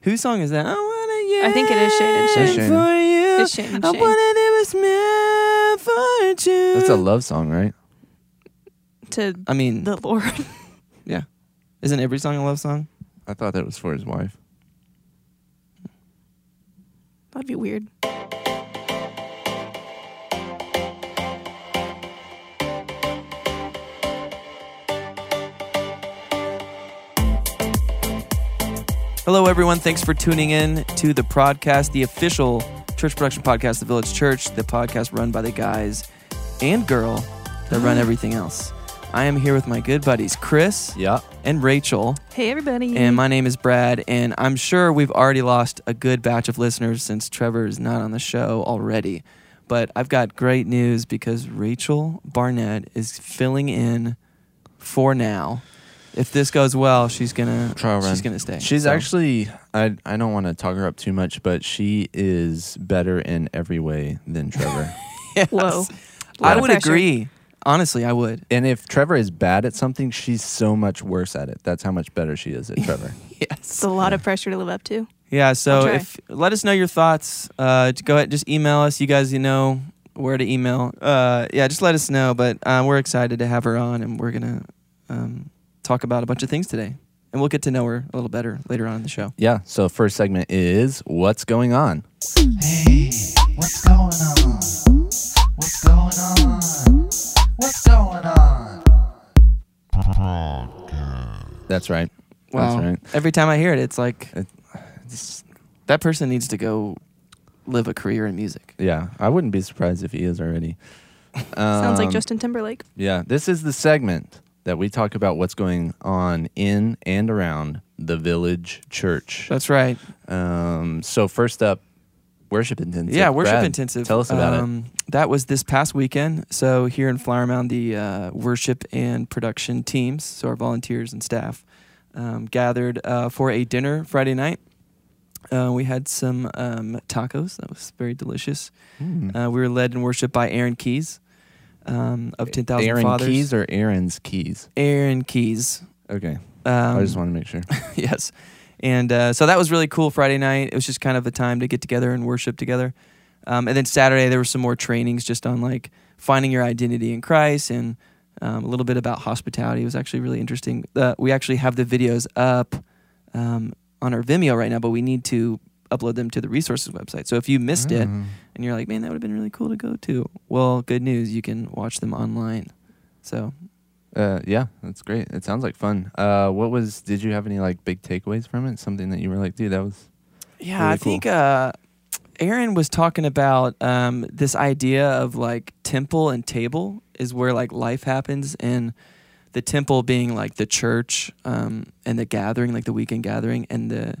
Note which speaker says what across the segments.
Speaker 1: Whose song is that? I wanna yeah.
Speaker 2: I think it is Shane and Shane.
Speaker 1: For you.
Speaker 2: It's Shane and
Speaker 1: I
Speaker 2: Shane.
Speaker 1: wanna do a smile for you.
Speaker 3: That's a love song, right?
Speaker 2: to
Speaker 1: I mean,
Speaker 2: the Lord.
Speaker 1: yeah. Isn't every song a love song?
Speaker 3: I thought that was for his wife.
Speaker 2: That'd be weird.
Speaker 1: Hello, everyone. Thanks for tuning in to the podcast, the official church production podcast, The Village Church, the podcast run by the guys and girl that run everything else. I am here with my good buddies, Chris
Speaker 3: Yeah.
Speaker 1: and Rachel.
Speaker 2: Hey everybody.
Speaker 1: And my name is Brad, and I'm sure we've already lost a good batch of listeners since Trevor is not on the show already. But I've got great news because Rachel Barnett is filling in for now. If this goes well, she's gonna
Speaker 3: Trial run.
Speaker 1: she's gonna stay.
Speaker 3: She's
Speaker 1: So-
Speaker 3: actually I I don't want to talk her up too much, but she is better in every way than Trevor.
Speaker 1: Yes.
Speaker 2: Whoa.
Speaker 1: I
Speaker 2: Lot of
Speaker 1: would
Speaker 2: pressure.
Speaker 1: agree. Honestly, I would.
Speaker 3: and if Trevor is bad at something, she's so much worse at it. That's how much better she is at Trevor.
Speaker 2: It's
Speaker 1: Yes.
Speaker 2: a lot of pressure to live up to.
Speaker 1: Yeah. So
Speaker 2: I'll try.
Speaker 1: if let us know your thoughts. Uh, j- go ahead, just email us. You guys, you know where to email. Uh, yeah, just let us know. But uh, we're excited to have her on, and we're gonna um, talk about a bunch of things today, and we'll get to know her a little better later on in the show.
Speaker 3: yeah. So first segment is what's going on.
Speaker 4: Hey, what's going on? What's going on? What's going on?
Speaker 3: That's right.
Speaker 1: Wow.
Speaker 3: That's right.
Speaker 1: Every time I hear it, it's like
Speaker 3: It's-
Speaker 1: that person needs to go live a career in music.
Speaker 3: yeah, I wouldn't be surprised if he is already.
Speaker 2: Sounds like
Speaker 3: Um,
Speaker 2: Justin Timberlake.
Speaker 3: Yeah, this is the segment that we talk about what's going on in and around the village church.
Speaker 1: That's right.
Speaker 3: Um, so first up, worship intensive.
Speaker 1: Yeah, worship
Speaker 3: Brad,
Speaker 1: intensive.
Speaker 3: Tell us about it.
Speaker 1: it. That was this past weekend. So here in Flower Mound, the uh, worship and production teams, so our volunteers and staff, um, gathered uh, for a dinner Friday night. Uh, we had some um, tacos. That was very delicious.
Speaker 3: Hmm.
Speaker 1: Uh, we were led in worship by Aaron Keys um, of Ten Thousand
Speaker 3: Aaron
Speaker 1: Fathers.
Speaker 3: Keys or Aaron's Keys?
Speaker 1: Aaron Keys.
Speaker 3: Okay,
Speaker 1: Um,
Speaker 3: I just want to make sure.
Speaker 1: yes. And uh, so that was really cool Friday night. It was just kind of a time to get together and worship together. Um, and then Saturday, there were some more trainings just on like finding your identity in Christ and um, a little bit about hospitality. It was actually really interesting. Uh, we actually have the videos up um, on our Vimeo right now, but we need to upload them to the resources website. So if you missed it
Speaker 3: Mm.
Speaker 1: and you're like, man, that would have been really cool to go to, well, good news. You can watch them online. So
Speaker 3: Uh, yeah, that's great. It sounds like fun. Uh, what was? Did you have any like big takeaways from it? Something that you were like, dude, that was
Speaker 1: Yeah,
Speaker 3: Really
Speaker 1: I
Speaker 3: cool.
Speaker 1: think uh, Aaron was talking about um, this idea of like temple and table is where like life happens, and the temple being like the church um, and the gathering, like the weekend gathering, and the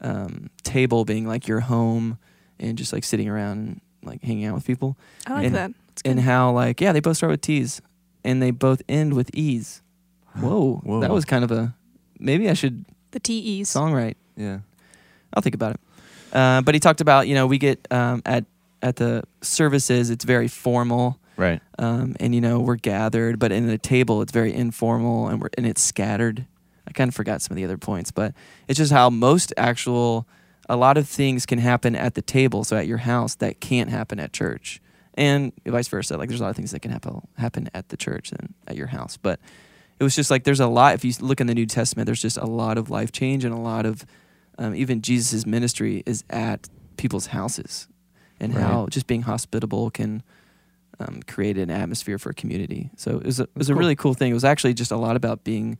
Speaker 1: um, table being like your home and just like sitting around and like hanging out with people,
Speaker 2: I like
Speaker 1: and-
Speaker 2: that. It's good.
Speaker 1: and how like yeah, they both start with T's and they both end with E's. Whoa,
Speaker 3: Whoa.
Speaker 1: that was kind of a maybe I should
Speaker 2: the TEs.
Speaker 1: songwrite.
Speaker 3: yeah.
Speaker 1: I'll think about it. Uh, but he talked about you know we get um, at at the services it's very formal
Speaker 3: Right.
Speaker 1: um, and you know we're gathered, but in the table it's very informal and we're and it's scattered. I kind of forgot some of the other points, but it's just how most actual a lot of things can happen at the table, so at your house that can't happen at church, and vice versa. Like there's a lot of things that can happen happen at the church and at your house, but it was just like there's a lot. If you look in the New Testament, there's just a lot of life change and a lot of um, even Jesus' ministry is at people's houses, and
Speaker 3: Right.
Speaker 1: how just being hospitable can um, create an atmosphere for a community. So it was a, it was a
Speaker 3: cool.
Speaker 1: really cool thing. It was actually just a lot about being,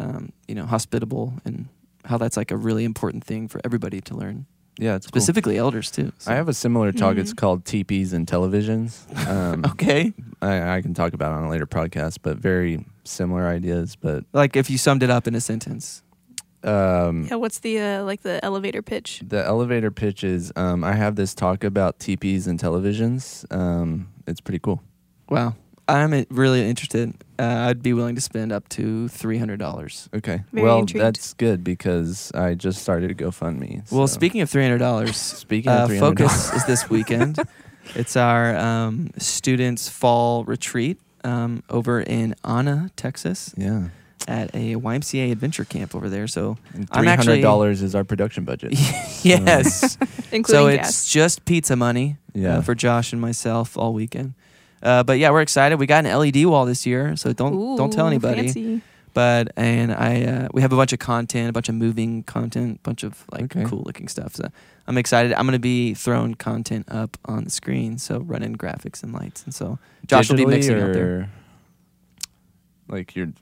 Speaker 1: um, you know, hospitable and how that's like a really important thing for everybody to learn,
Speaker 3: Yeah, it's cool.
Speaker 1: specifically elders too. So-
Speaker 3: I have a similar talk. It's
Speaker 2: Mhm.
Speaker 3: called TPs and televisions. Um,
Speaker 1: okay,
Speaker 3: I, I can talk about it on a later podcast, but very similar ideas. But
Speaker 1: like if you summed it up in a sentence,
Speaker 3: um,
Speaker 2: Yeah, what's the uh, like the elevator pitch?
Speaker 3: the elevator pitch is um, I have this talk about TPs and televisions. Um, it's pretty cool.
Speaker 1: wow, I'm uh, really interested. Uh, I'd be willing to spend up to three hundred dollars.
Speaker 3: Okay.
Speaker 2: Very
Speaker 3: well,
Speaker 2: intrigued.
Speaker 3: that's good because I just started a GoFundMe.
Speaker 1: Well,
Speaker 3: so-
Speaker 1: speaking of three hundred dollars,
Speaker 3: speaking
Speaker 1: uh,
Speaker 3: of $300,
Speaker 1: focus is this weekend. it's our um, students' fall retreat um, over in Anna, Texas.
Speaker 3: Yeah.
Speaker 1: at a YMCA adventure camp over there. So I'm
Speaker 3: Three
Speaker 1: actually
Speaker 3: hundred dollars is our production budget.
Speaker 1: yes.
Speaker 2: including
Speaker 1: so
Speaker 2: gas.
Speaker 1: it's just pizza money uh,
Speaker 3: Uh-huh. Yeah.
Speaker 1: for Josh and myself all weekend. Uh, but yeah, we're excited. We got an LED wall this year, so don't don't tell
Speaker 2: Ooh,
Speaker 1: anybody.
Speaker 2: fancy.
Speaker 1: But and I uh, we have a bunch of content, a bunch of moving content, bunch of like
Speaker 3: Okay.
Speaker 1: cool looking stuff. So I'm excited. I'm gonna be throwing content up on the screen, so running graphics and lights, and so Josh will
Speaker 3: Digitally
Speaker 1: be mixing out there.
Speaker 3: or, Like you're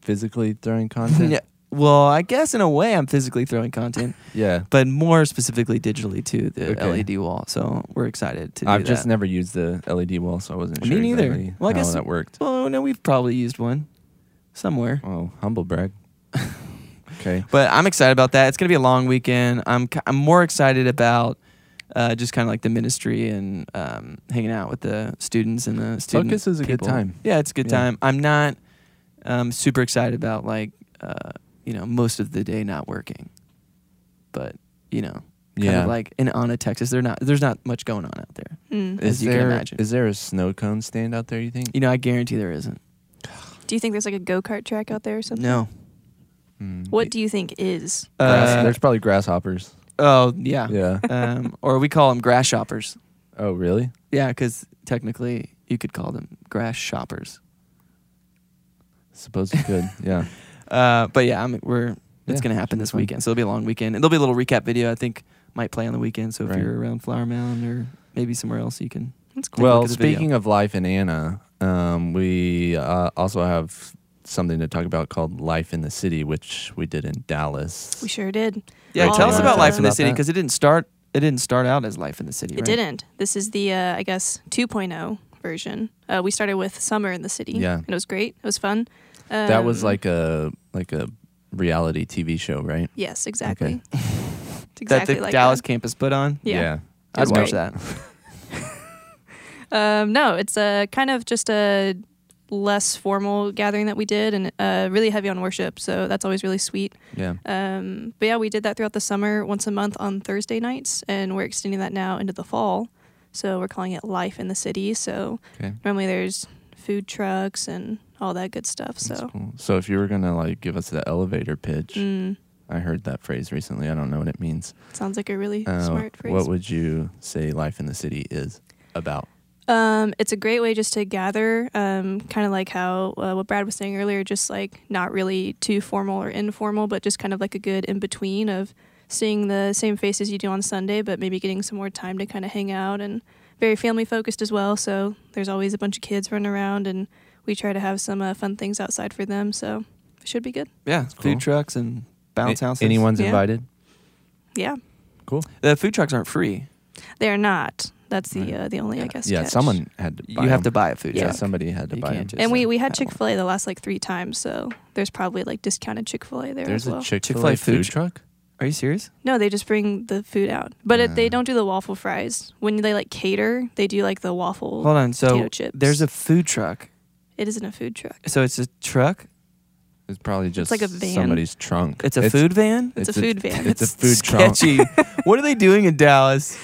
Speaker 3: physically throwing content.
Speaker 1: Yeah. Well, I guess in a way I'm physically throwing content,
Speaker 3: Yeah.
Speaker 1: but more specifically digitally to the
Speaker 3: Okay.
Speaker 1: LED wall. So we're excited to.
Speaker 3: I've
Speaker 1: do
Speaker 3: just
Speaker 1: that.
Speaker 3: never used the LED wall, so I wasn't
Speaker 1: Me
Speaker 3: sure
Speaker 1: neither.
Speaker 3: exactly
Speaker 1: Well, I
Speaker 3: how
Speaker 1: guess-
Speaker 3: that worked.
Speaker 1: Oh no, we've probably used one somewhere.
Speaker 3: Oh, humble brag. okay.
Speaker 1: But I'm excited about that. It's gonna be a long weekend. I'm ki- I'm more excited about uh, just kind of like the ministry and um, hanging out with the students and the students.
Speaker 3: Focus is a good time.
Speaker 1: Yeah, it's a good
Speaker 3: Yeah.
Speaker 1: time. I'm not um, super excited about like uh, you know most of the day not working, but you know. Kind
Speaker 3: Yeah.
Speaker 1: of like in Anna, Texas, they're not. There's not much going on out there.
Speaker 2: Mm.
Speaker 1: as
Speaker 3: Is
Speaker 1: you can
Speaker 3: there
Speaker 1: imagine.
Speaker 3: is there a snow cone stand out there? You think?
Speaker 1: You know, I guarantee there isn't.
Speaker 2: Do you think there's like a go kart track out there or something?
Speaker 1: No.
Speaker 3: Hmm.
Speaker 2: What do you think is?
Speaker 3: Grass-
Speaker 1: Uh,
Speaker 3: there's probably grasshoppers.
Speaker 1: oh yeah.
Speaker 3: Yeah.
Speaker 1: um, or we call them grass shoppers.
Speaker 3: oh, really?
Speaker 1: Yeah, because technically you could call them grass shoppers.
Speaker 3: Suppose you could. Yeah.
Speaker 1: Uh, but yeah, I'm, we're it's
Speaker 3: Yeah,
Speaker 1: gonna happen this
Speaker 3: fun.
Speaker 1: weekend, so it'll be a long weekend, and there'll be a little recap video. I think might play on the weekend, so if
Speaker 3: Right.
Speaker 1: you're around Flower Mound or maybe somewhere else, you can.
Speaker 2: That's cool.
Speaker 1: look
Speaker 3: Well,
Speaker 1: at the video.
Speaker 3: speaking of life in Anna, um, we uh, also have something to talk about called Life in the City, which we did in Dallas.
Speaker 2: we sure did.
Speaker 1: Yeah,
Speaker 2: Oh,
Speaker 1: tell us
Speaker 2: yeah.
Speaker 1: about
Speaker 2: Tell
Speaker 1: life
Speaker 2: us
Speaker 1: in the
Speaker 3: about
Speaker 1: city
Speaker 3: that.
Speaker 1: because it didn't start. It didn't start out as life in the city.
Speaker 2: It
Speaker 1: right?
Speaker 2: didn't. This is the, uh, I guess, 2.0 version. Uh, we started with Summer in the City.
Speaker 3: Yeah.
Speaker 2: And it was great. It was fun.
Speaker 3: that was
Speaker 2: Um,
Speaker 3: like a like a reality TV show, right?
Speaker 2: Yes, exactly. It's
Speaker 1: That
Speaker 2: exactly
Speaker 1: the
Speaker 2: like
Speaker 1: Dallas
Speaker 2: That.
Speaker 1: campus put on.
Speaker 2: Yeah. It
Speaker 1: I'd
Speaker 2: was
Speaker 1: watch
Speaker 2: great.
Speaker 1: that.
Speaker 2: Um, no, it's a kind of just a less formal gathering that we did and uh, really heavy on worship. So that's always really sweet.
Speaker 3: yeah.
Speaker 2: Um, but yeah, we did that throughout the summer once a month on Thursday nights, and we're extending that now into the fall. So we're calling it Life in the City. So
Speaker 3: Okay.
Speaker 2: normally there's food trucks and all that good stuff.
Speaker 3: That's
Speaker 2: So
Speaker 3: cool. so if you were gonna like give us the elevator pitch,
Speaker 2: Oh. mm,
Speaker 3: I heard that phrase recently. I don't know what it means.
Speaker 2: sounds like a really
Speaker 3: Uh,
Speaker 2: smart phrase.
Speaker 3: What would you say Life in the City is about?
Speaker 2: Um, it's a great way just to gather, um, kind of like how uh, what Brad was saying earlier, just like not really too formal or informal, but just kind of like a good in between of seeing the same faces you do on Sunday, but maybe getting some more time to kind of hang out and very family focused as well. So there's always a bunch of kids running around, and we try to have some uh, fun things outside for them. So it should be good.
Speaker 1: Yeah,
Speaker 3: cool.
Speaker 1: food trucks and bounce
Speaker 3: A-
Speaker 1: houses.
Speaker 3: Anyone's
Speaker 2: Yeah.
Speaker 3: invited.
Speaker 2: Yeah,
Speaker 3: Cool.
Speaker 1: the food trucks aren't free.
Speaker 2: they are not. That's the
Speaker 3: Right.
Speaker 2: uh, the only I guess.
Speaker 3: yeah,
Speaker 2: catch.
Speaker 3: someone had to. Buy
Speaker 1: You have to
Speaker 3: them.
Speaker 1: buy a food
Speaker 3: Yeah,
Speaker 1: truck.
Speaker 3: somebody had to
Speaker 1: You
Speaker 3: buy
Speaker 1: can't
Speaker 3: them.
Speaker 1: just-
Speaker 2: And we,
Speaker 1: uh,
Speaker 2: we had
Speaker 1: have one.
Speaker 2: Chick Fil A the last like three times, so there's probably like discounted Chick Fil A there
Speaker 3: There's
Speaker 2: as well.
Speaker 3: a Chick Fil
Speaker 1: Chick-fil-A
Speaker 3: A food
Speaker 1: food
Speaker 3: truck.
Speaker 1: Are you serious?
Speaker 2: No, they just bring the food out. But if
Speaker 3: Yeah.
Speaker 2: they don't do the waffle fries. When they like cater, they do like the waffle.
Speaker 1: Hold on. So
Speaker 2: potato chips.
Speaker 1: there's a food truck.
Speaker 2: It isn't a food truck.
Speaker 1: So it's a truck.
Speaker 3: It's probably just
Speaker 2: like a van.
Speaker 3: somebody's trunk.
Speaker 1: It's a food van.
Speaker 2: It's a food van.
Speaker 3: It's a food trunk.
Speaker 1: sketchy. what are they doing in Dallas?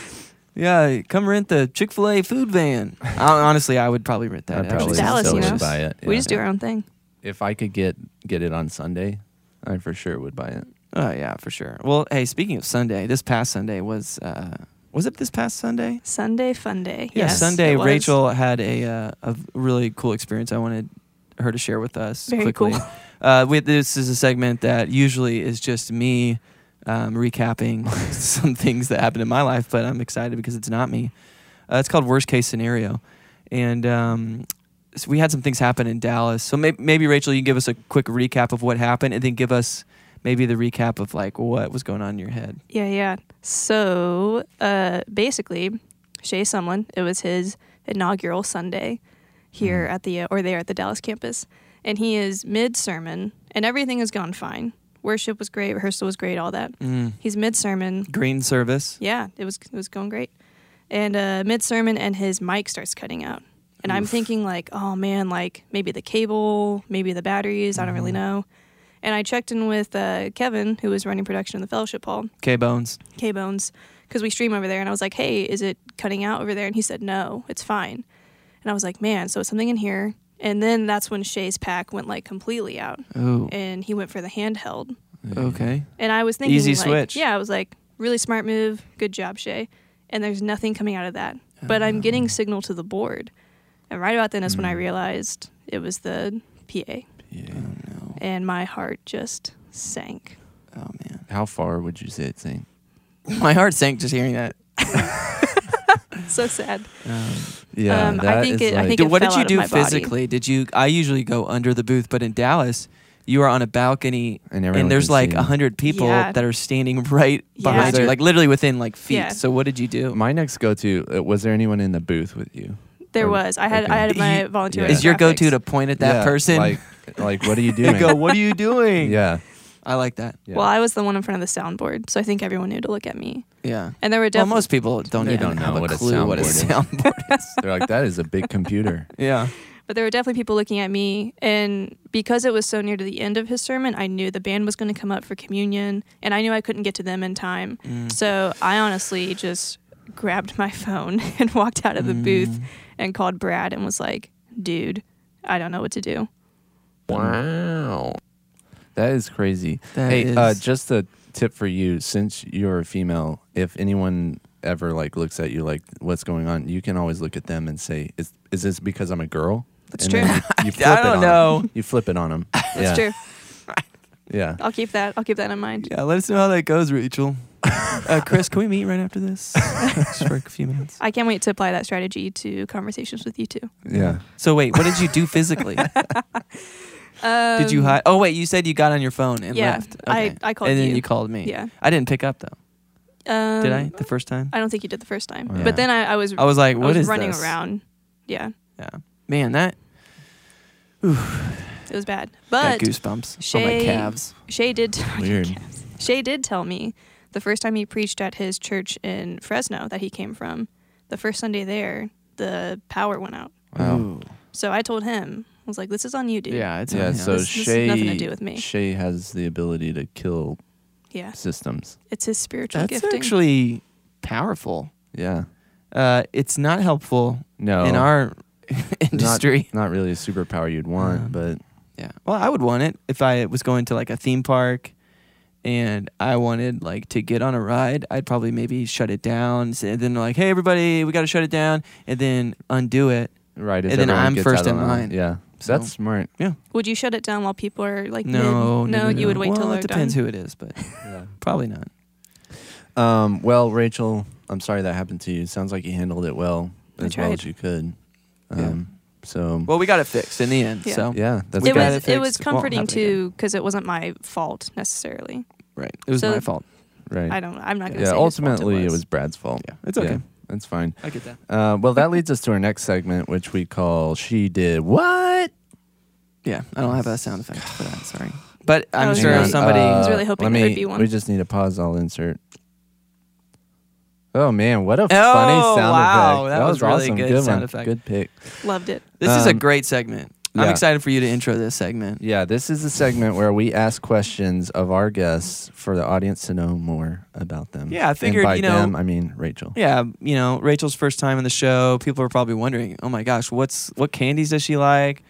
Speaker 1: Yeah, come rent the Chick Fil A food van. I, honestly, I would probably rent that.
Speaker 3: I probably
Speaker 2: It's Dallas,
Speaker 3: still
Speaker 2: you
Speaker 3: would
Speaker 2: know?
Speaker 3: buy it.
Speaker 2: We
Speaker 3: yeah.
Speaker 2: just do our own thing.
Speaker 3: If I could get get it on Sunday, I for sure would buy it.
Speaker 1: Oh yeah, for sure. Well, hey, speaking of Sunday, this past Sunday was uh, was it this past Sunday?
Speaker 2: Sunday fun day.
Speaker 1: Yeah,
Speaker 2: yes,
Speaker 1: Sunday.
Speaker 2: it was.
Speaker 1: Rachel had a uh, a really cool experience. I wanted her to share with us
Speaker 2: Very
Speaker 1: quickly.
Speaker 2: cool.
Speaker 1: Uh, we, this is a segment that usually is just me um, recapping some things that happened in my life, but I'm excited because it's not me. Uh, it's called Worst Case Scenario, and um, so we had some things happen in Dallas. So maybe, maybe Rachel, you can give us a quick recap of what happened, and then give us maybe the recap of like what was going on in your head.
Speaker 2: Yeah, yeah. So uh, basically, Shay Sumlin, it was his inaugural Sunday here at the, or there at the Dallas campus. And he is mid sermon, and everything has gone fine. Worship was great, rehearsal was great, all that.
Speaker 1: Mm.
Speaker 2: He's mid sermon.
Speaker 1: Green service.
Speaker 2: Yeah, it was it was going great. And uh, mid sermon, and his mic starts cutting out, and I'm thinking like, oh man, like maybe the cable, maybe the batteries. I don't really know. And I checked in with uh, Kevin, who was running production in the fellowship hall,
Speaker 1: K Bones.
Speaker 2: K Bones, because we stream over there. And I was like, hey, is it cutting out over there? And he said, no, it's fine. And I was like, man, so it's something in here. And then that's when Shay's pack went like completely out,
Speaker 1: Oh,
Speaker 2: and he went for the handheld.
Speaker 1: okay.
Speaker 2: And I was thinking,
Speaker 1: Easy
Speaker 2: like,
Speaker 1: switch.
Speaker 2: Yeah, I was like, really smart move, good job, Shay. And there's nothing coming out of that, but
Speaker 1: Um,
Speaker 2: I'm
Speaker 1: Oh.
Speaker 2: getting signal to the board, and right about then is when I
Speaker 1: Hmm.
Speaker 3: Mm.
Speaker 2: realized it was the PA,
Speaker 3: Yeah.
Speaker 1: Oh no.
Speaker 2: and my heart just sank.
Speaker 1: Oh man.
Speaker 3: How far would you say it sank?
Speaker 1: My heart sank just hearing that.
Speaker 2: so sad.
Speaker 3: Yeah,
Speaker 2: Um, I
Speaker 3: that
Speaker 2: think
Speaker 3: is
Speaker 2: it- I
Speaker 3: like-
Speaker 2: think
Speaker 1: Did- what
Speaker 2: fell
Speaker 1: did you
Speaker 2: out of
Speaker 1: do
Speaker 2: my body.
Speaker 1: physically? Did you? I usually go under the booth, but in Dallas, you are on a balcony,
Speaker 3: and, everyone
Speaker 1: and there's
Speaker 3: can
Speaker 1: like
Speaker 3: see.
Speaker 1: a hundred people
Speaker 2: Yeah.
Speaker 1: that are standing right
Speaker 2: Yeah.
Speaker 1: behind you,
Speaker 3: There-
Speaker 1: like literally within like feet.
Speaker 2: Yeah.
Speaker 1: So what did you do?
Speaker 3: My next go-to uh, was there anyone in the booth with you?
Speaker 2: There
Speaker 3: Or-
Speaker 2: was. I had.
Speaker 3: okay.
Speaker 2: I had my
Speaker 1: You-
Speaker 2: volunteer.
Speaker 3: Yeah.
Speaker 1: Is your
Speaker 2: graphics.
Speaker 1: go-to to point at that
Speaker 3: Yeah,
Speaker 1: person
Speaker 3: Like, like what are you doing?
Speaker 1: and go, "What are you doing?"
Speaker 3: yeah.
Speaker 1: I like that.
Speaker 3: yeah.
Speaker 2: Well, I was the one in front of the soundboard, so I think everyone knew to look at me.
Speaker 1: Yeah.
Speaker 2: And there were
Speaker 1: Well,
Speaker 2: definitely
Speaker 1: most people don't
Speaker 3: They
Speaker 1: even
Speaker 3: don't
Speaker 1: have
Speaker 3: know
Speaker 1: a
Speaker 3: what a
Speaker 1: clue what a
Speaker 3: soundboard is.
Speaker 1: soundboard.
Speaker 3: They're like, that is a big computer.
Speaker 1: yeah.
Speaker 2: but there were definitely people looking at me and because it was so near to the end of his sermon i knew the band was going to come up for communion and i knew i couldn't get to them in time
Speaker 1: Mm.
Speaker 2: so i honestly just grabbed my phone and walked out of
Speaker 1: Mm.
Speaker 2: the booth and called brad and was like dude i don't know what to do
Speaker 3: Wow. That is crazy.
Speaker 1: That
Speaker 3: hey,
Speaker 1: is-
Speaker 3: Uh, just a tip for you since you're a female, if anyone ever like looks at you like what's going on, you can always look at them and say, "Is is this because I'm a girl?"
Speaker 2: That's
Speaker 3: And
Speaker 2: true.
Speaker 3: then You, you flip
Speaker 1: I
Speaker 3: it
Speaker 1: don't
Speaker 3: on 'em.
Speaker 1: know.
Speaker 3: You flip it on them. That's yeah.
Speaker 2: it's true
Speaker 3: Yeah.
Speaker 2: i'll keep that i'll keep that in mind
Speaker 1: Yeah, let us know how that goes, Rachel. uh, Chris, can we meet right after this? Just for a few minutes.
Speaker 2: i can't wait to apply that strategy to conversations with you too
Speaker 3: Yeah.
Speaker 1: So wait, what did you do physically?
Speaker 2: um,
Speaker 1: did you hide? Oh wait, you said you got on your phone and
Speaker 2: yeah,
Speaker 1: left.
Speaker 2: I-
Speaker 1: Okay.
Speaker 2: I called
Speaker 1: and then you.
Speaker 2: you.
Speaker 1: called me.
Speaker 2: yeah
Speaker 1: I didn't pick up though.
Speaker 2: um,
Speaker 1: Did I Oh, the first time?
Speaker 2: i don't think you did the first time
Speaker 3: Yeah.
Speaker 2: but then i, I was
Speaker 1: I was like,
Speaker 2: I
Speaker 1: what is
Speaker 2: was running
Speaker 1: this?
Speaker 2: around yeah
Speaker 1: Yeah, man, that
Speaker 2: It was bad.
Speaker 1: got
Speaker 2: But
Speaker 1: goosebumps on my
Speaker 2: Shay-
Speaker 1: calves.
Speaker 2: Shay did
Speaker 3: Weird.
Speaker 2: Shay did tell me the first time he preached at his church in Fresno that he came from, the first Sunday there, the power went out.
Speaker 3: Wow.
Speaker 1: Ooh.
Speaker 2: So I told him, I was like, This is on you, dude.
Speaker 1: Yeah, it's
Speaker 3: yeah.
Speaker 1: on him.
Speaker 3: So
Speaker 2: This- this has
Speaker 3: Shay,
Speaker 2: nothing to do with me.
Speaker 3: Shay has the ability to kill
Speaker 2: Yeah.
Speaker 3: systems.
Speaker 2: It's his spiritual
Speaker 1: that's
Speaker 2: gifting.
Speaker 1: actually powerful.
Speaker 3: Yeah.
Speaker 1: Uh, it's not helpful
Speaker 3: No.
Speaker 1: in our industry.
Speaker 3: not really a superpower you'd want,
Speaker 1: Um,
Speaker 3: but
Speaker 1: Yeah. Well, I would want it if I was going to like a theme park and I wanted like to get on a ride, I'd probably maybe shut it down s- and then like, "Hey everybody, we got to shut it down." And then undo it.
Speaker 3: right. If
Speaker 1: And then
Speaker 3: everyone
Speaker 1: I'm
Speaker 3: gets
Speaker 1: first
Speaker 3: out of
Speaker 1: in line.
Speaker 3: Yeah.
Speaker 1: So-
Speaker 3: That's smart.
Speaker 2: would you shut it down while people are like mid-
Speaker 1: No, no, no,
Speaker 2: you would wait
Speaker 1: well,
Speaker 2: till they're
Speaker 1: it depends
Speaker 2: done.
Speaker 1: who it is, but
Speaker 3: Yeah.
Speaker 1: probably not.
Speaker 3: Um, well, Rachel, I'm sorry that happened to you. Sounds like you handled it well,
Speaker 2: I
Speaker 3: as well as
Speaker 2: tried.
Speaker 3: you could.
Speaker 1: Yeah.
Speaker 3: Um, So,
Speaker 1: Well, we got it fixed in the end.
Speaker 2: Yeah.
Speaker 1: So,
Speaker 3: yeah, that's
Speaker 1: We
Speaker 2: it
Speaker 1: got
Speaker 2: was
Speaker 1: it
Speaker 2: it
Speaker 1: fixed.
Speaker 2: was
Speaker 1: It won't
Speaker 2: comforting
Speaker 1: happen
Speaker 2: too because it wasn't my fault necessarily.
Speaker 1: right. It was
Speaker 2: So-
Speaker 1: my fault.
Speaker 3: right.
Speaker 2: I don't I'm not gonna
Speaker 3: yeah,
Speaker 2: say whose fault
Speaker 3: ultimately,
Speaker 2: it
Speaker 3: it
Speaker 2: was.
Speaker 3: was Brad's fault.
Speaker 1: Yeah. It's okay.
Speaker 3: Yeah, that's fine.
Speaker 1: I get that.
Speaker 3: Uh, well, that leads us to our next segment, which we call "She Did What."
Speaker 1: Yeah. I don't have a sound effect for that, sorry. But I'm
Speaker 2: was
Speaker 1: sure
Speaker 2: really-
Speaker 1: somebody
Speaker 2: I was really hoping
Speaker 3: uh, let
Speaker 2: there
Speaker 3: me-
Speaker 2: would be one.
Speaker 3: We just need a pause. I'll insert. Oh man, what a funny
Speaker 1: Oh,
Speaker 3: sound
Speaker 1: wow,
Speaker 3: effect!
Speaker 1: that was really
Speaker 3: awesome.
Speaker 1: good
Speaker 3: one.
Speaker 1: sound effect.
Speaker 3: Good pick.
Speaker 2: Loved it.
Speaker 1: This is a
Speaker 3: um,
Speaker 1: great segment. I'm
Speaker 3: yeah.
Speaker 1: excited for you to intro this segment.
Speaker 3: Yeah, this is a segment where we ask questions of our guests for the audience to know more about them.
Speaker 1: Yeah, I figured,
Speaker 3: and by
Speaker 1: you know-
Speaker 3: them, I mean Rachel.
Speaker 1: Yeah, you know, Rachel's first time on the show. People are probably wondering, "Oh my gosh, what's what candies does she like?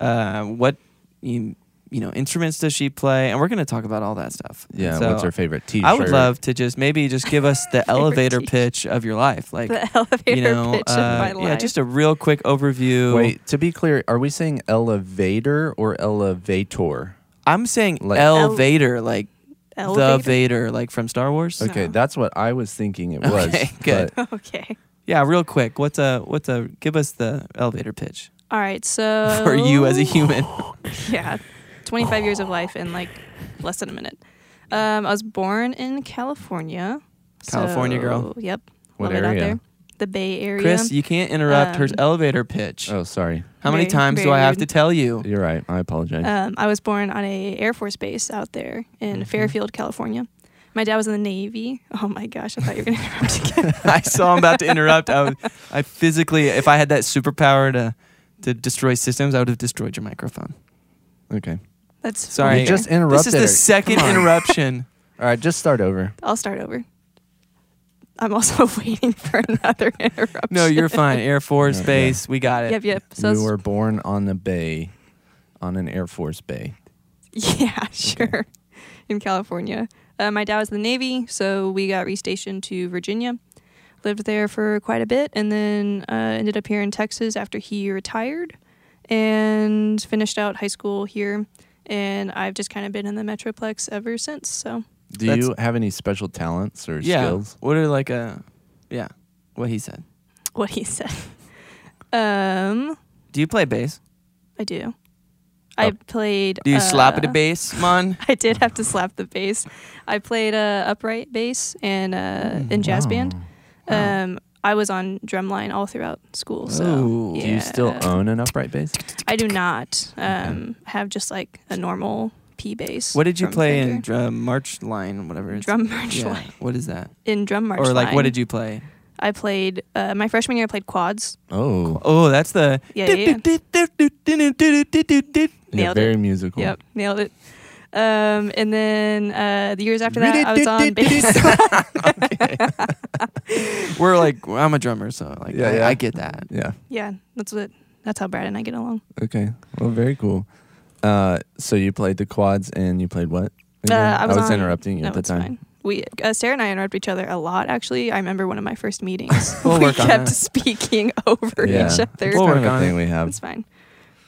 Speaker 1: Uh, what you, you know instruments does she play?" And we're going to talk about all that stuff.
Speaker 3: Yeah,
Speaker 1: So
Speaker 3: what's her favorite T-shirt?
Speaker 1: I would love to just maybe just give us the elevator
Speaker 2: teacher.
Speaker 1: pitch of your life, like
Speaker 2: The elevator
Speaker 1: you know,
Speaker 2: pitch of
Speaker 1: uh,
Speaker 2: my life.
Speaker 1: yeah, just a real quick overview.
Speaker 3: Wait, to be clear, are we saying elevator or elevator?
Speaker 1: I'm saying
Speaker 3: Like-
Speaker 1: elevator, like the
Speaker 2: Elevator?
Speaker 1: Vader, like from Star Wars.
Speaker 3: Okay,
Speaker 2: No.
Speaker 3: that's what I was thinking it was.
Speaker 1: Okay, good.
Speaker 3: but-
Speaker 2: Okay.
Speaker 1: Yeah, real quick. What's a what's a give us the elevator pitch
Speaker 2: All right. So
Speaker 1: for you as a human?
Speaker 2: yeah, 25 years of life in like less than a minute. Um, I was born in California.
Speaker 1: California
Speaker 2: so-
Speaker 1: girl.
Speaker 2: Yep.
Speaker 3: What
Speaker 2: Love It
Speaker 3: area?
Speaker 2: out there. The Bay Area.
Speaker 1: Chris, you can't interrupt her
Speaker 2: Um,
Speaker 1: elevator pitch.
Speaker 3: oh, sorry.
Speaker 1: How many
Speaker 2: Very-
Speaker 1: times do
Speaker 2: very
Speaker 1: I have to
Speaker 2: rude.
Speaker 1: tell you?
Speaker 3: You're right. I apologize.
Speaker 1: Uh,
Speaker 2: um, I was born on a Air Force base out there in
Speaker 1: Mm-hmm.
Speaker 2: Fairfield, California. My dad was in the Navy. Oh my gosh, I thought you were going to interrupt again.
Speaker 1: I saw I'm about to interrupt. I, would, I physically, if I had that superpower to to destroy systems, I would have destroyed your microphone.
Speaker 3: okay.
Speaker 2: That's
Speaker 1: Sorry.
Speaker 3: You just
Speaker 1: This
Speaker 3: interrupted.
Speaker 1: is the
Speaker 3: her.
Speaker 1: second
Speaker 3: Come on.
Speaker 1: interruption.
Speaker 3: All right, just start over.
Speaker 2: I'll start over. I'm also waiting for another interruption.
Speaker 1: No, you're fine. Air Force
Speaker 3: Yeah.
Speaker 1: Base, we got it.
Speaker 2: Yep, yep. So
Speaker 3: you
Speaker 2: it's-
Speaker 3: were born on a bay, on an Air Force bay.
Speaker 2: yeah, sure. In California, uh, my dad was in the Navy, so we got restationed to Virginia. Lived there for quite a bit, and then uh, ended up here in Texas after he retired, and finished out high school here. And I've just kind of been in the Metroplex ever since. So
Speaker 3: Do
Speaker 1: That's-
Speaker 3: you have any special talents or
Speaker 1: Yeah.
Speaker 3: skills?
Speaker 1: What are like a, yeah, what he said.
Speaker 2: what he said. um,
Speaker 1: Do you play bass?
Speaker 2: I do. I
Speaker 3: Oh.
Speaker 2: played.
Speaker 1: Do you slap
Speaker 2: uh,
Speaker 1: at a bass, man?
Speaker 2: I did have to slap the bass. I played uh, upright bass and uh, in
Speaker 3: Oh.
Speaker 2: jazz band.
Speaker 1: Wow.
Speaker 2: Um, I was on drumline all throughout school. So
Speaker 1: Ooh.
Speaker 2: yeah.
Speaker 3: Do you still own an upright bass?
Speaker 2: I do not um, have just like a normal P bass.
Speaker 1: What did you
Speaker 2: from
Speaker 1: play in
Speaker 2: Fender.
Speaker 1: drum march line, whatever? it's-
Speaker 2: drum march
Speaker 1: yeah.
Speaker 2: line?
Speaker 1: What is that?
Speaker 2: In drum march
Speaker 1: or like,
Speaker 2: line,
Speaker 1: what did you play?
Speaker 2: I played uh, my freshman year. I played quads.
Speaker 3: Oh,
Speaker 1: Oh, that's the.
Speaker 2: Yeah, yeah,
Speaker 3: yeah,
Speaker 2: Nailed it.
Speaker 3: very musical.
Speaker 2: Yep, nailed it. Um, and then uh, the years after that, I was on bass.
Speaker 1: We're like, I'm a drummer, so like,
Speaker 3: Yeah,
Speaker 1: I,
Speaker 3: yeah.
Speaker 1: I get that.
Speaker 3: Yeah.
Speaker 2: yeah, that's what. That's how Brad and I get along.
Speaker 3: Okay. Well, very cool. Uh, so you played the quads and you played what?
Speaker 2: Uh,
Speaker 3: again?
Speaker 2: I was, on-
Speaker 3: interrupting you
Speaker 2: no,
Speaker 3: at the
Speaker 2: it's
Speaker 3: time.
Speaker 2: fine. We uh, Sarah and I interrupt each other a lot. Actually, I remember one of my first meetings.
Speaker 1: We'll
Speaker 2: we
Speaker 1: work on
Speaker 2: kept
Speaker 1: that.
Speaker 2: speaking over
Speaker 3: Yeah.
Speaker 2: each other.
Speaker 1: We'll
Speaker 3: Kind
Speaker 1: work
Speaker 3: of a
Speaker 1: on
Speaker 3: thing
Speaker 1: it.
Speaker 3: we have.
Speaker 2: It's fine.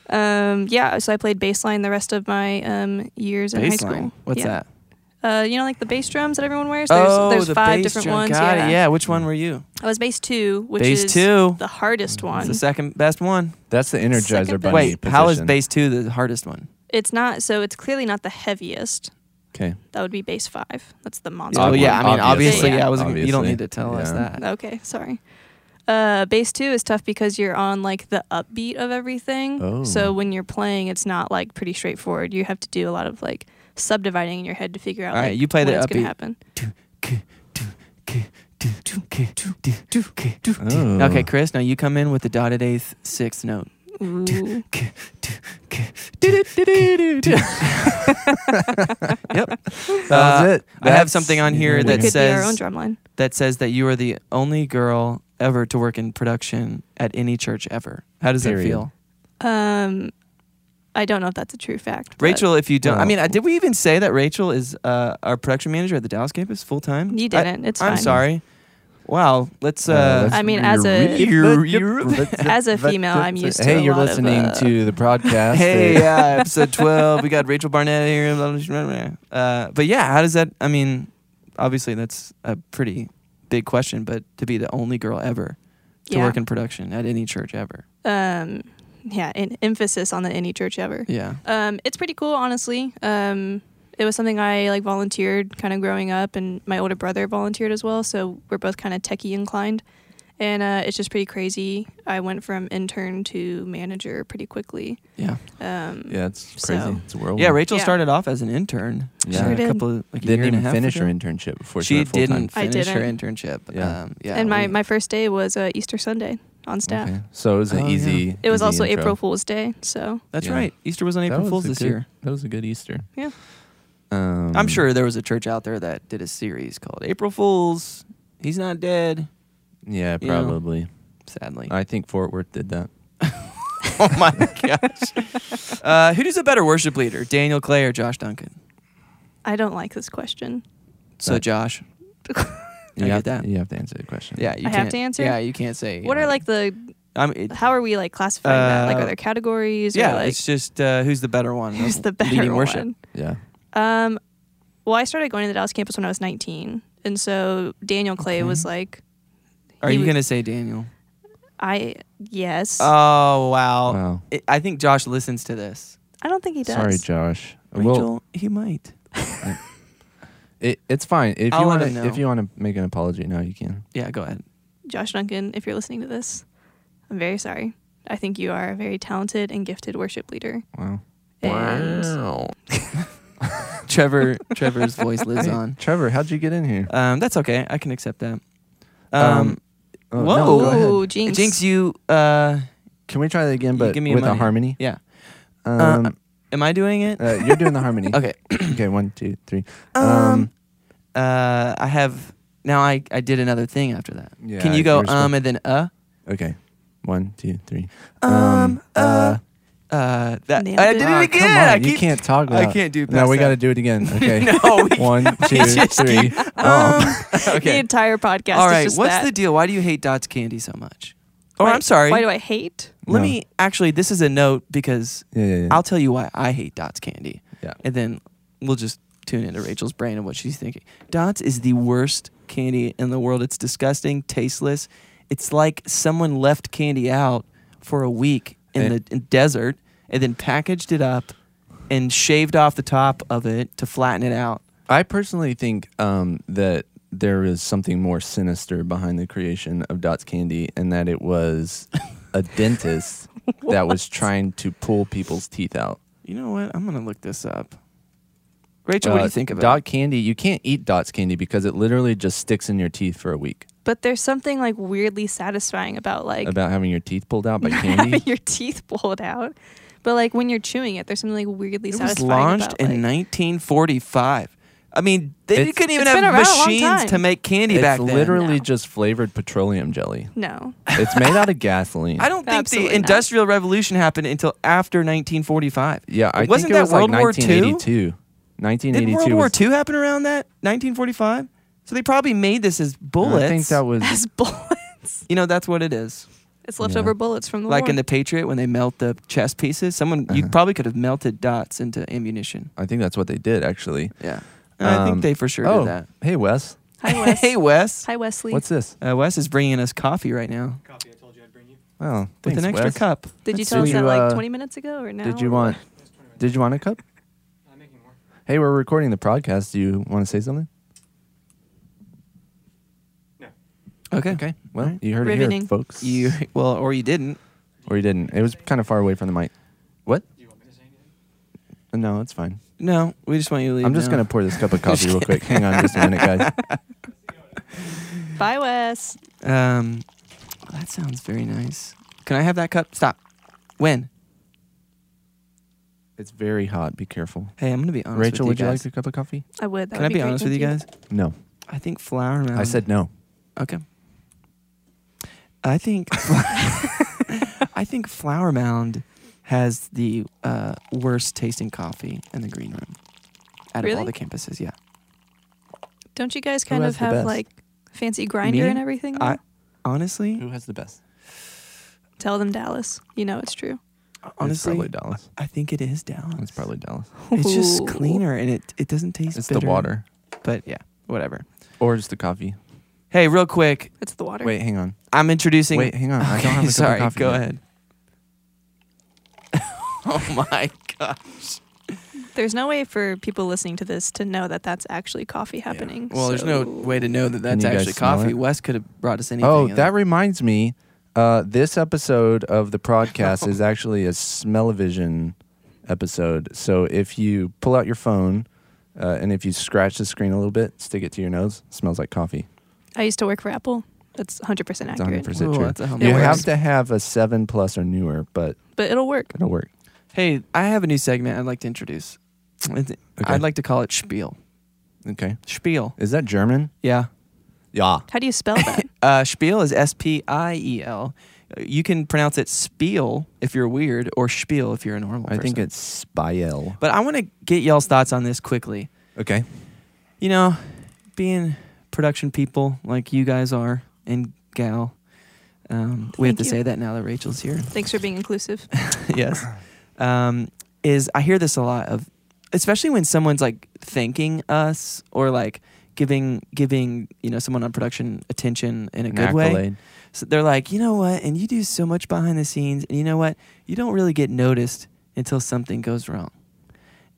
Speaker 2: Um, yeah, so I played bass line the rest of my um, years in high
Speaker 1: Bass
Speaker 2: school.
Speaker 1: line. What's
Speaker 2: yeah.
Speaker 1: that? Oh,
Speaker 2: Uh, you know, like the bass drums that everyone wears. There's, there's five
Speaker 1: bass
Speaker 2: different
Speaker 1: drum.
Speaker 2: ones.
Speaker 1: Got it.
Speaker 2: yeah.
Speaker 1: Which one were you?
Speaker 2: I was bass two, which
Speaker 1: Bass
Speaker 2: is
Speaker 1: two.
Speaker 2: the hardest
Speaker 1: It's
Speaker 2: one.
Speaker 1: the second best one.
Speaker 3: That's the Energizer
Speaker 2: Second
Speaker 3: Bunny.
Speaker 1: Wait,
Speaker 3: position.
Speaker 1: how is bass two the hardest one?
Speaker 2: It's not so. It's clearly not the heaviest.
Speaker 3: Okay.
Speaker 2: That would be bass five. That's the monster.
Speaker 1: Oh
Speaker 3: Obvi-
Speaker 1: yeah, I mean obviously,
Speaker 2: obviously,
Speaker 1: yeah. I was. You don't
Speaker 3: obviously.
Speaker 1: need to tell us
Speaker 3: Yeah.
Speaker 1: that.
Speaker 2: Okay, sorry. Uh, bass two is tough because you're on like the upbeat of everything.
Speaker 3: Oh.
Speaker 2: So when you're playing, it's not like pretty straightforward. You have to do a lot of like subdividing in your head to figure out.
Speaker 1: All right,
Speaker 2: like,
Speaker 1: you play the
Speaker 2: when it's gonna
Speaker 1: upbeat.
Speaker 2: happen.
Speaker 3: Oh.
Speaker 1: Okay, Chris. Now you come in with the dotted eighth, sixth note.
Speaker 2: Ooh.
Speaker 1: Yep.
Speaker 3: That was
Speaker 1: Uh,
Speaker 3: it.
Speaker 1: I have
Speaker 3: That's-
Speaker 1: something on
Speaker 3: you
Speaker 1: here
Speaker 3: heard
Speaker 2: we
Speaker 1: that
Speaker 3: it.
Speaker 2: could be our
Speaker 1: says-
Speaker 2: own drumline.
Speaker 1: That says that you are the only girl ever to work in production at any church ever. How does that
Speaker 3: Period.
Speaker 1: feel?
Speaker 2: Um, I don't know if that's a true fact. but
Speaker 1: Rachel, if you don't, I
Speaker 3: Well-
Speaker 1: mean, I- did we even say that Rachel is uh, our production manager at the Dallas campus full time?
Speaker 2: you didn't. it's
Speaker 1: I'm
Speaker 2: fine.
Speaker 1: sorry. Wow. Let's. Uh,
Speaker 3: Uh,
Speaker 2: I mean, as a-
Speaker 1: You're- you're-
Speaker 2: As a female, I'm used to
Speaker 3: Hey,
Speaker 2: a
Speaker 3: you're
Speaker 2: lot of,
Speaker 3: listening
Speaker 2: uh,
Speaker 3: to the broadcast.
Speaker 1: hey,
Speaker 3: of-
Speaker 1: yeah, episode 12. We got Rachel Barnett here. blah, blah, blah, blah. Uh, but yeah, how does that? I mean, obviously, that's a pretty big question, but to be the only girl ever to
Speaker 2: yeah.
Speaker 1: work in production at any church ever.
Speaker 2: um, yeah, an emphasis on the any church ever.
Speaker 1: Yeah.
Speaker 2: Um, it's pretty cool, honestly. Um, it was something I like volunteered kind of growing up, and my older brother volunteered as well. So we're both kind of techie inclined, and uh, it's just pretty crazy. I went from intern to manager pretty quickly.
Speaker 1: Yeah.
Speaker 2: Um,
Speaker 3: Yeah, it's
Speaker 2: So-
Speaker 3: crazy. It's a whirlwind.
Speaker 1: Yeah, Rachel
Speaker 2: Yeah.
Speaker 1: started off as an intern.
Speaker 3: Oh. Yeah.
Speaker 1: uh,
Speaker 2: Sure
Speaker 1: a
Speaker 2: did.
Speaker 1: couple, like a year
Speaker 3: didn't
Speaker 1: and a
Speaker 3: even
Speaker 1: half
Speaker 3: finish
Speaker 1: ago.
Speaker 3: her internship before she,
Speaker 1: She
Speaker 3: went full-time.
Speaker 1: didn't
Speaker 2: I
Speaker 1: finish her
Speaker 2: didn't.
Speaker 1: internship.
Speaker 3: Yeah.
Speaker 1: Um, yeah
Speaker 2: and my,
Speaker 1: we-
Speaker 2: my first day was uh, Easter Sunday on staff.
Speaker 3: Okay. So it was an
Speaker 1: Oh, yeah.
Speaker 3: easy.
Speaker 2: It was
Speaker 3: easy
Speaker 2: also
Speaker 3: intro.
Speaker 2: April Fool's Day, so
Speaker 1: that's
Speaker 3: yeah.
Speaker 1: right. Easter was on
Speaker 3: That
Speaker 1: April
Speaker 3: was
Speaker 1: Fool's
Speaker 3: a
Speaker 1: this
Speaker 3: good-
Speaker 1: year.
Speaker 3: That was a good Easter.
Speaker 2: Yeah.
Speaker 3: Um,
Speaker 1: I'm sure there was a church out there that did a series called April Fools. He's not dead,
Speaker 3: Yeah,
Speaker 1: you know.
Speaker 3: probably.
Speaker 1: sadly.
Speaker 3: I think Fort Worth did that.
Speaker 1: oh my gosh. Uh, who's a better worship leader, Daniel Clay or Josh Duncan?
Speaker 2: I don't like this question.
Speaker 1: So
Speaker 3: Right.
Speaker 1: Josh.
Speaker 3: You
Speaker 1: I get
Speaker 3: have,
Speaker 1: that.
Speaker 3: You have to answer the question.
Speaker 1: Yeah, you
Speaker 2: I have
Speaker 1: can't-
Speaker 2: to answer?
Speaker 1: Yeah, you can't say.
Speaker 2: What are like the?
Speaker 1: I'm, it,
Speaker 2: How are we like classifying that? Like
Speaker 1: Uh,
Speaker 2: are there categories?
Speaker 1: yeah,
Speaker 2: or, like,
Speaker 1: it's just uh, who's the better one?
Speaker 2: who's
Speaker 1: of
Speaker 2: the better
Speaker 1: leading
Speaker 2: one?
Speaker 1: worship?
Speaker 3: Yeah.
Speaker 2: Um, well, I started going to the Dallas campus when I was 19, and so Daniel Clay
Speaker 1: Okay.
Speaker 2: was like,
Speaker 1: Are
Speaker 2: He
Speaker 1: you
Speaker 2: was-
Speaker 1: gonna say Daniel?
Speaker 2: "I yes,
Speaker 1: Oh wow.
Speaker 3: Wow.
Speaker 1: I- I think Josh listens to this.
Speaker 2: I don't think he does."
Speaker 3: Sorry, Josh.
Speaker 1: Rachel,
Speaker 3: Well,
Speaker 1: he might.
Speaker 3: it, it's fine. If
Speaker 1: I'll
Speaker 3: you
Speaker 1: let
Speaker 3: want
Speaker 1: him know.
Speaker 3: to, if you want to make an apology now, you can.
Speaker 1: Yeah, go ahead.
Speaker 2: Josh Duncan, if you're listening to this, I'm very sorry. I think you are a very talented and gifted worship leader.
Speaker 3: Wow.
Speaker 2: And
Speaker 1: Trevor, Trevor's voice lives
Speaker 3: Hey,
Speaker 1: on.
Speaker 3: Trevor, how'd you get in here?
Speaker 1: Um, that's okay. I can accept that. Um,
Speaker 3: Um, Oh,
Speaker 1: Uh, whoa.
Speaker 3: no, go ahead.
Speaker 2: Ooh, jinx.
Speaker 1: Jinx, you. Uh,
Speaker 3: Can we try that again, but
Speaker 1: give me a
Speaker 3: with a
Speaker 1: money.
Speaker 3: harmony?
Speaker 1: yeah.
Speaker 3: Um,
Speaker 1: Uh, Am I doing it?
Speaker 3: uh, you're doing the harmony.
Speaker 1: okay.
Speaker 3: Um, okay, one, two, three.
Speaker 1: Um, uh, I have Now I, I did another thing after that.
Speaker 3: Yeah,
Speaker 1: Can you go
Speaker 3: you're supposed-
Speaker 1: um and then uh
Speaker 3: Okay. One, two, three.
Speaker 1: Um, uh, uh that
Speaker 2: Nailed
Speaker 1: I
Speaker 2: it.
Speaker 1: did
Speaker 2: Ah,
Speaker 1: it again.
Speaker 3: Come on,
Speaker 1: I
Speaker 3: you
Speaker 1: keep-
Speaker 3: can't talk.
Speaker 1: I
Speaker 3: Without,
Speaker 1: can't do
Speaker 3: No,
Speaker 1: past
Speaker 3: we
Speaker 1: that.
Speaker 3: got to do it again. Okay.
Speaker 1: No, we-
Speaker 3: One, two,
Speaker 1: just
Speaker 3: three. Um,
Speaker 2: The
Speaker 1: Okay.
Speaker 2: entire podcast.
Speaker 1: All
Speaker 2: is
Speaker 1: right.
Speaker 2: just
Speaker 1: What's
Speaker 2: that.
Speaker 1: the deal? Why do you hate Dot's candy so much? Or
Speaker 2: Why-
Speaker 1: I'm sorry.
Speaker 2: Why do I hate?
Speaker 1: Let
Speaker 3: No.
Speaker 1: me actually. This is a note because
Speaker 3: yeah, yeah, yeah.
Speaker 1: I'll tell you why I hate Dot's candy,
Speaker 3: yeah.
Speaker 1: and then we'll just tune into Rachel's brain and what she's thinking. Dot's is the worst candy in the world. It's disgusting, tasteless. It's like someone left candy out for a week in
Speaker 3: And-
Speaker 1: the in desert and then packaged it up and shaved off the top of it to flatten it out.
Speaker 3: I personally think um, that there is something more sinister behind the creation of Dots Candy, and that it was a dentist that was trying to pull people's teeth out.
Speaker 1: You know what? I'm gonna look this up. Rachel, what do
Speaker 3: Uh,
Speaker 1: you think of
Speaker 3: Dot
Speaker 1: it?
Speaker 3: Candy? You can't eat Dots Candy because it literally just sticks in your teeth for a week.
Speaker 2: But there's something like weirdly satisfying about like
Speaker 3: About having your teeth pulled out by
Speaker 2: having
Speaker 3: candy.
Speaker 2: your teeth pulled out. But like when you're chewing it, there's something like weirdly
Speaker 1: It was
Speaker 2: satisfying
Speaker 1: launched
Speaker 2: about,
Speaker 1: in
Speaker 2: like,
Speaker 1: 1945. I mean, they
Speaker 3: It's-
Speaker 1: couldn't even
Speaker 2: It's been
Speaker 1: have
Speaker 2: around a long
Speaker 1: machines
Speaker 2: time.
Speaker 1: to make candy
Speaker 3: it's
Speaker 1: back then.
Speaker 3: literally
Speaker 2: No.
Speaker 3: just flavored petroleum jelly.
Speaker 2: No,
Speaker 3: It's made out of gasoline.
Speaker 1: I don't think
Speaker 2: Absolutely
Speaker 1: the
Speaker 2: not.
Speaker 1: Industrial Revolution happened until after 1945.
Speaker 3: Yeah, I
Speaker 1: Wasn't
Speaker 3: think it
Speaker 1: that
Speaker 3: was
Speaker 1: World
Speaker 3: like
Speaker 1: War II?
Speaker 3: 1982.
Speaker 1: Did
Speaker 3: 1982.
Speaker 1: World War
Speaker 3: was,
Speaker 1: II happen around that 1945? So they probably made this as bullets.
Speaker 3: I think that was
Speaker 2: as bullets.
Speaker 1: you know that's what it is.
Speaker 2: It's leftover bullets from the
Speaker 1: Like
Speaker 2: war.
Speaker 1: in the Patriot when they melt the chess pieces, someone
Speaker 3: Uh-huh.
Speaker 1: you probably could have melted dots into ammunition.
Speaker 3: I think that's what they did actually.
Speaker 1: Yeah, And I
Speaker 3: Um,
Speaker 1: think they for sure
Speaker 3: oh,
Speaker 1: did that.
Speaker 3: Hey Wes,
Speaker 2: Hi Wes.
Speaker 1: hey Wes.
Speaker 2: Hi Wesley.
Speaker 3: what's this?
Speaker 1: Uh, Wes is bringing us coffee right now
Speaker 5: Coffee I told you I'd bring you.
Speaker 3: Oh,
Speaker 1: with
Speaker 3: thanks,
Speaker 1: an extra
Speaker 3: Wes.
Speaker 1: cup.
Speaker 2: Did you
Speaker 1: That's
Speaker 2: tell us
Speaker 1: sweet.
Speaker 2: that
Speaker 3: uh,
Speaker 2: like 20 minutes ago or now?
Speaker 3: Did you want?
Speaker 5: That's 20 minutes.
Speaker 3: Did you want a cup?
Speaker 5: I'm making more.
Speaker 3: Hey, we're recording the podcast. Do you want to say something?
Speaker 1: Okay.
Speaker 3: Okay. Well,
Speaker 1: Alright.
Speaker 3: you heard it here,
Speaker 2: Riveting.
Speaker 3: folks.
Speaker 1: You well, or you didn't.
Speaker 3: or you didn't. It was kind of far away from the mic. What?
Speaker 5: Do you want me to say anything?
Speaker 3: No, it's fine.
Speaker 1: No, we just want you to leave.
Speaker 3: I'm just
Speaker 1: now.
Speaker 3: gonna pour this cup of coffee real quick. Hang on, just a minute, guys.
Speaker 2: Bye Wes.
Speaker 1: Um, that sounds very nice. Can I have that cup? Stop. When?
Speaker 3: It's very hot. Be careful.
Speaker 1: Hey, I'm gonna be honest
Speaker 3: Rachel,
Speaker 1: with
Speaker 3: would
Speaker 1: you
Speaker 3: you
Speaker 1: guys.
Speaker 3: like a cup of coffee?
Speaker 2: I would. That
Speaker 1: Can
Speaker 2: would
Speaker 1: I
Speaker 2: be,
Speaker 1: be
Speaker 2: great,
Speaker 1: honest
Speaker 2: thank
Speaker 1: with you guys?
Speaker 3: No.
Speaker 1: I think flower mound.
Speaker 3: I said no.
Speaker 1: okay. I think I think flower mound has the uh, worst tasting coffee in the green room out of all
Speaker 2: Really?
Speaker 1: the campuses. Yeah,
Speaker 2: Don't you guys kind
Speaker 3: has
Speaker 2: of
Speaker 3: the
Speaker 2: have
Speaker 3: best?
Speaker 2: like fancy grinder
Speaker 1: Me?
Speaker 2: and everything?
Speaker 1: I-
Speaker 2: now?
Speaker 1: honestly,
Speaker 3: Who has the best?
Speaker 2: Tell them Dallas. You know it's true.
Speaker 1: honestly,
Speaker 3: it's probably Dallas.
Speaker 1: I think it is Dallas.
Speaker 3: It's probably Dallas.
Speaker 1: It's just
Speaker 2: Ooh.
Speaker 1: cleaner and it, it doesn't taste
Speaker 3: It's the
Speaker 1: bitter.
Speaker 3: water,
Speaker 1: But yeah, whatever.
Speaker 3: or it's the coffee.
Speaker 1: Hey, real quick,
Speaker 2: It's the water.
Speaker 3: Wait, hang on.
Speaker 1: I'm introducing.
Speaker 3: Wait, hang on. I
Speaker 1: Okay,
Speaker 3: don't have a cup
Speaker 1: sorry,
Speaker 3: of coffee.
Speaker 1: go
Speaker 3: yet.
Speaker 1: ahead. oh my gosh.
Speaker 2: There's no way for people listening to this to know that that's actually coffee happening.
Speaker 1: Well, there's no way to know that
Speaker 3: Can
Speaker 1: that's
Speaker 3: you guys
Speaker 1: actually
Speaker 3: smell
Speaker 1: coffee.
Speaker 3: it?
Speaker 1: Wes could have brought us anything.
Speaker 3: Oh,
Speaker 1: in.
Speaker 3: that reminds me. Uh, this episode of the podcast is actually a smell-o-vision episode. So if you pull out your phone uh, and if you scratch the screen a little bit, stick it to your nose, it smells like coffee.
Speaker 2: I used to work for Apple. That's 100% accurate.
Speaker 3: It's 100 percent
Speaker 1: Ooh,
Speaker 3: true.
Speaker 1: that's a humble
Speaker 3: You
Speaker 2: It
Speaker 3: have
Speaker 2: works.
Speaker 3: to have a seven plus or newer, but
Speaker 2: But it'll work.
Speaker 3: it'll work.
Speaker 1: Hey, I have a new segment I'd like to introduce. It's- I'd like to call it Spiel.
Speaker 3: Okay,
Speaker 1: Spiel.
Speaker 3: is that German?
Speaker 1: Yeah.
Speaker 3: Yeah.
Speaker 2: How do you spell that?
Speaker 1: Uh, Spiel is S P I E L. You can pronounce it Spiel if you're weird, or Spiel if you're a normal.
Speaker 3: I
Speaker 1: person.
Speaker 3: think it's Spiel.
Speaker 1: But I want to get y'all's thoughts on this quickly.
Speaker 3: Okay.
Speaker 1: You know, being production people like you guys are and gal, um, we have
Speaker 2: Thank
Speaker 1: to
Speaker 2: you.
Speaker 1: say that now that Rachel's here.
Speaker 2: Thanks for being inclusive.
Speaker 1: yes. Um, is I hear this a lot of, especially when someone's like thanking us or like giving giving you know someone on production attention in a good way. So they're like, you know what? And you do so much behind the scenes, and you know what? You don't really get noticed until something goes wrong.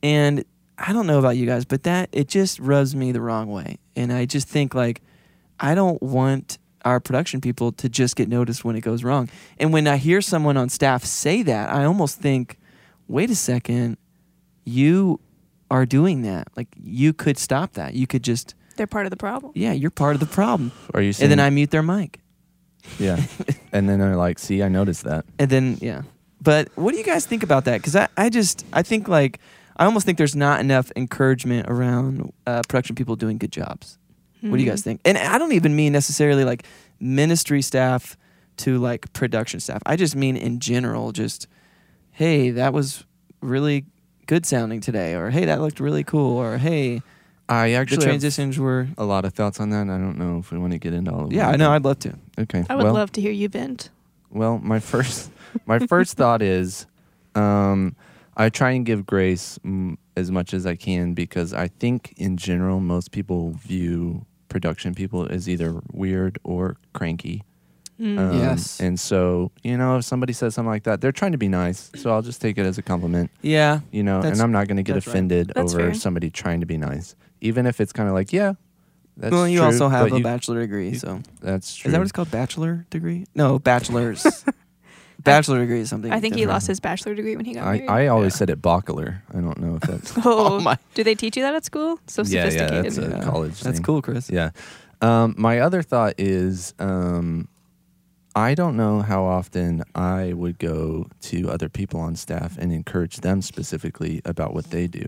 Speaker 1: And I don't know about you guys, but that it just rubs me the wrong way. And I just think like I don't want our production people to just get noticed when it goes wrong. And when I hear someone on staff say that, I almost think, wait a second, you are doing that. Like you could stop that. You could just
Speaker 2: They're part of the problem.
Speaker 1: yeah, you're part of the problem.
Speaker 3: Are you?
Speaker 1: And
Speaker 3: Saying,
Speaker 1: then I mute their mic.
Speaker 3: Yeah. and then they're like, "See, I noticed that."
Speaker 1: and then yeah but what do you guys think about that because I, I just i think like i almost think there's not enough encouragement around uh, production people doing good jobs What do you
Speaker 2: Mm.
Speaker 3: Mm-hmm.
Speaker 1: guys think? And I don't even mean necessarily like ministry staff to like production staff. I just mean in general, just hey, that was really good sounding today, or hey, that looked really cool, or hey,
Speaker 3: I actually
Speaker 1: the
Speaker 3: have
Speaker 1: transitions were.
Speaker 3: a lot of thoughts on that. and I don't know if we want to get into all of
Speaker 1: Yeah,
Speaker 3: them,
Speaker 1: I know.
Speaker 3: but-
Speaker 1: I'd love to.
Speaker 3: okay.
Speaker 2: I would
Speaker 3: well,
Speaker 2: love to hear you vent.
Speaker 3: Well, my first my first thought is, um, I try and give grace mm, as much as I can because I think in general most people view production people as either weird or cranky.
Speaker 2: Mm.
Speaker 1: uh,
Speaker 3: Um,
Speaker 1: Yes.
Speaker 3: And so you know if somebody says something like that, they're trying to be nice, so I'll just take it as a compliment.
Speaker 1: Yeah,
Speaker 3: You know,
Speaker 1: That's-
Speaker 3: and I'm not going to get
Speaker 1: that's right.
Speaker 3: offended
Speaker 2: That's
Speaker 3: over
Speaker 2: fair.
Speaker 3: somebody trying to be nice, even if it's kind of like, yeah, that's
Speaker 1: well, you
Speaker 3: true,
Speaker 1: also have
Speaker 3: but
Speaker 1: a
Speaker 3: you-
Speaker 1: bachelor degree,
Speaker 3: you-
Speaker 1: so
Speaker 3: That's true.
Speaker 1: is that what it's called? Bachelor degree? No, bachelor's. bachelor degree is something.
Speaker 2: I think he
Speaker 1: different.
Speaker 2: lost his bachelor degree when he got
Speaker 3: I,
Speaker 2: married.
Speaker 3: I always
Speaker 1: Yeah.
Speaker 3: said it Bockeler. I don't know if that's
Speaker 2: oh,
Speaker 1: my.
Speaker 2: do they teach you that at school? So
Speaker 3: Yeah, yeah,
Speaker 2: sophisticated.
Speaker 3: that's a
Speaker 1: Yeah.
Speaker 3: college
Speaker 1: That's
Speaker 3: thing.
Speaker 1: cool, Chris.
Speaker 3: Yeah. Um, my other thought is um, I don't know how often I would go to other people on staff and encourage them specifically about what they do.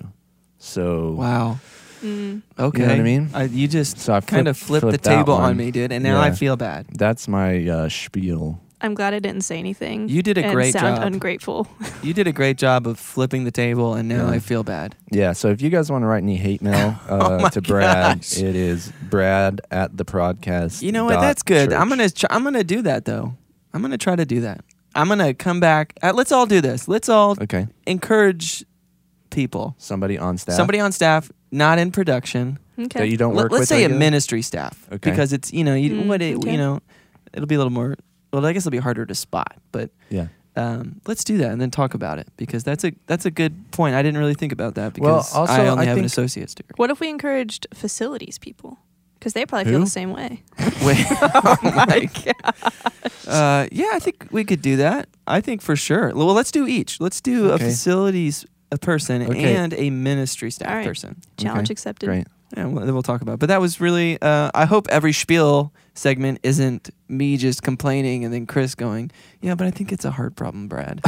Speaker 3: So
Speaker 1: Wow.
Speaker 2: Mm.
Speaker 1: Okay.
Speaker 3: what I mean?
Speaker 1: I, you just
Speaker 3: So I
Speaker 1: kind of flipped
Speaker 3: flip-
Speaker 1: the
Speaker 3: flipped that
Speaker 1: table on
Speaker 3: one.
Speaker 1: me, dude, and now I
Speaker 3: Yeah.
Speaker 1: feel bad.
Speaker 3: that's my uh, spiel.
Speaker 2: I'm glad I didn't say anything.
Speaker 1: You did a
Speaker 2: and
Speaker 1: great
Speaker 2: sound
Speaker 1: job.
Speaker 2: ungrateful.
Speaker 1: You did a great job of flipping the table, and now
Speaker 3: Yeah.
Speaker 1: I feel bad.
Speaker 3: Yeah. So if you guys want to write any hate mail
Speaker 1: Oh
Speaker 3: uh,
Speaker 1: my
Speaker 3: to Brad,
Speaker 1: gosh.
Speaker 3: it is brad at the broadcast.
Speaker 1: You know what?
Speaker 3: dot
Speaker 1: That's good. I'm
Speaker 3: church.
Speaker 1: gonna tr- I'm gonna do that though. I'm gonna try to do that. I'm gonna come back. Uh, let's all do this. Let's all
Speaker 3: Okay.
Speaker 1: encourage people.
Speaker 3: Somebody on staff.
Speaker 1: Somebody on staff, not in production.
Speaker 3: that
Speaker 2: okay.
Speaker 3: you don't
Speaker 1: Let-
Speaker 3: work
Speaker 1: let's
Speaker 3: with.
Speaker 1: say a
Speaker 3: regularly?
Speaker 1: ministry staff,
Speaker 3: Okay.
Speaker 1: because it's you know you
Speaker 2: Mm,
Speaker 1: what it,
Speaker 2: okay.
Speaker 1: you know it'll be a little more. Well, I guess it'll be harder to spot, but
Speaker 3: Yeah.
Speaker 1: um, let's do that and then talk about it because that's a that's a good point. I didn't really think about that
Speaker 3: Well,
Speaker 1: because
Speaker 3: also,
Speaker 1: I only
Speaker 3: I
Speaker 1: have an
Speaker 3: think-
Speaker 1: associate's degree.
Speaker 2: what if we encouraged facilities people? Because they probably feel
Speaker 3: Who?
Speaker 2: the same way.
Speaker 1: Wait, oh my Uh, yeah, I think we could do that. I think for sure. Well, let's do each. Let's do
Speaker 3: Okay.
Speaker 1: a facilities a person
Speaker 3: Okay.
Speaker 1: and a ministry staff
Speaker 2: All right.
Speaker 1: person.
Speaker 2: Challenge accepted.
Speaker 3: Great.
Speaker 1: Yeah, well, then we'll talk about. It. But that was really. Uh, I hope every spiel segment isn't me just complaining and then Chris going, "Yeah, but I think it's a hard problem, Brad,"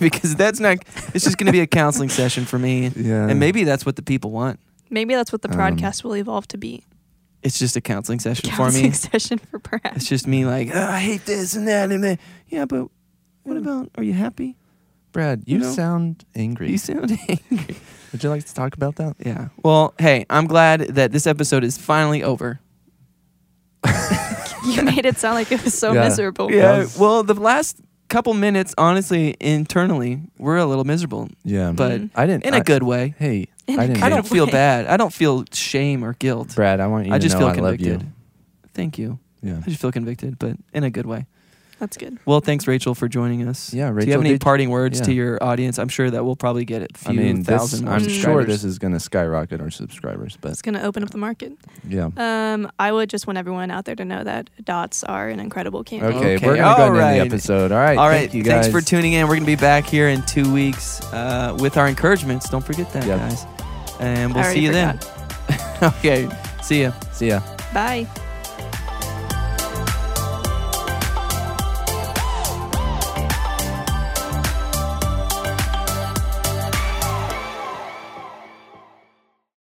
Speaker 1: because that's not. It's just going to be a counseling session for me,
Speaker 3: Yeah.
Speaker 1: and maybe that's what the people want.
Speaker 2: Maybe that's what the
Speaker 3: Um,
Speaker 2: podcast will evolve to be.
Speaker 1: It's just a counseling session for
Speaker 2: Counseling
Speaker 1: me.
Speaker 2: session for Brad.
Speaker 1: It's just me like, oh, I hate this and that and that. Yeah, but what about? Are you happy?
Speaker 3: Brad,
Speaker 1: you
Speaker 3: you,
Speaker 1: know?
Speaker 3: sound angry.
Speaker 1: You sound angry.
Speaker 3: Would you like to talk about that?
Speaker 1: Yeah. Well, hey, I'm glad that this episode is finally over.
Speaker 2: you made it sound like it was so
Speaker 3: Yeah.
Speaker 2: miserable.
Speaker 3: Yeah.
Speaker 1: Yeah. Well, the last couple minutes, honestly, internally, we're a little miserable,
Speaker 3: Yeah,
Speaker 1: but
Speaker 2: Mhm.
Speaker 3: I didn't.
Speaker 1: in a
Speaker 3: I-
Speaker 1: good way.
Speaker 3: Hey,
Speaker 2: In
Speaker 3: I
Speaker 2: a
Speaker 3: didn't.
Speaker 2: good
Speaker 1: I
Speaker 3: mean-
Speaker 1: don't feel
Speaker 2: way.
Speaker 1: bad. I don't feel shame or guilt.
Speaker 3: Brad, I want you
Speaker 1: I
Speaker 3: to
Speaker 1: just
Speaker 3: know
Speaker 1: feel
Speaker 3: I love
Speaker 1: convicted.
Speaker 3: you.
Speaker 1: Thank you.
Speaker 3: Yeah.
Speaker 1: I just feel convicted, but in a good way.
Speaker 2: That's good.
Speaker 1: Well, thanks, Rachel, for joining us. Do
Speaker 3: Yeah,
Speaker 1: you have
Speaker 3: Rachel,
Speaker 1: any
Speaker 3: did-
Speaker 1: parting words to
Speaker 3: yeah.
Speaker 1: your audience? I'm sure that we'll probably get a few
Speaker 3: I mean,
Speaker 1: thousand.
Speaker 3: this,
Speaker 1: more
Speaker 3: I'm sure
Speaker 1: subscribers.
Speaker 3: this is going to skyrocket our subscribers, but
Speaker 2: It's going to open up the market.
Speaker 3: yeah.
Speaker 2: Um, I would just want everyone out there to know that dots are an incredible candy.
Speaker 3: Okay,
Speaker 1: Okay,
Speaker 3: we're going to go
Speaker 1: all
Speaker 3: into
Speaker 1: right.
Speaker 3: the episode. All right.
Speaker 1: All right.
Speaker 3: thank you guys.
Speaker 1: thanks for tuning in. We're going to be back here in two weeks uh, with our encouragements. Don't forget that,
Speaker 3: Yep.
Speaker 1: guys. And we'll
Speaker 2: I
Speaker 1: see you
Speaker 2: already
Speaker 1: then. okay. See ya.
Speaker 3: See ya.
Speaker 2: Bye.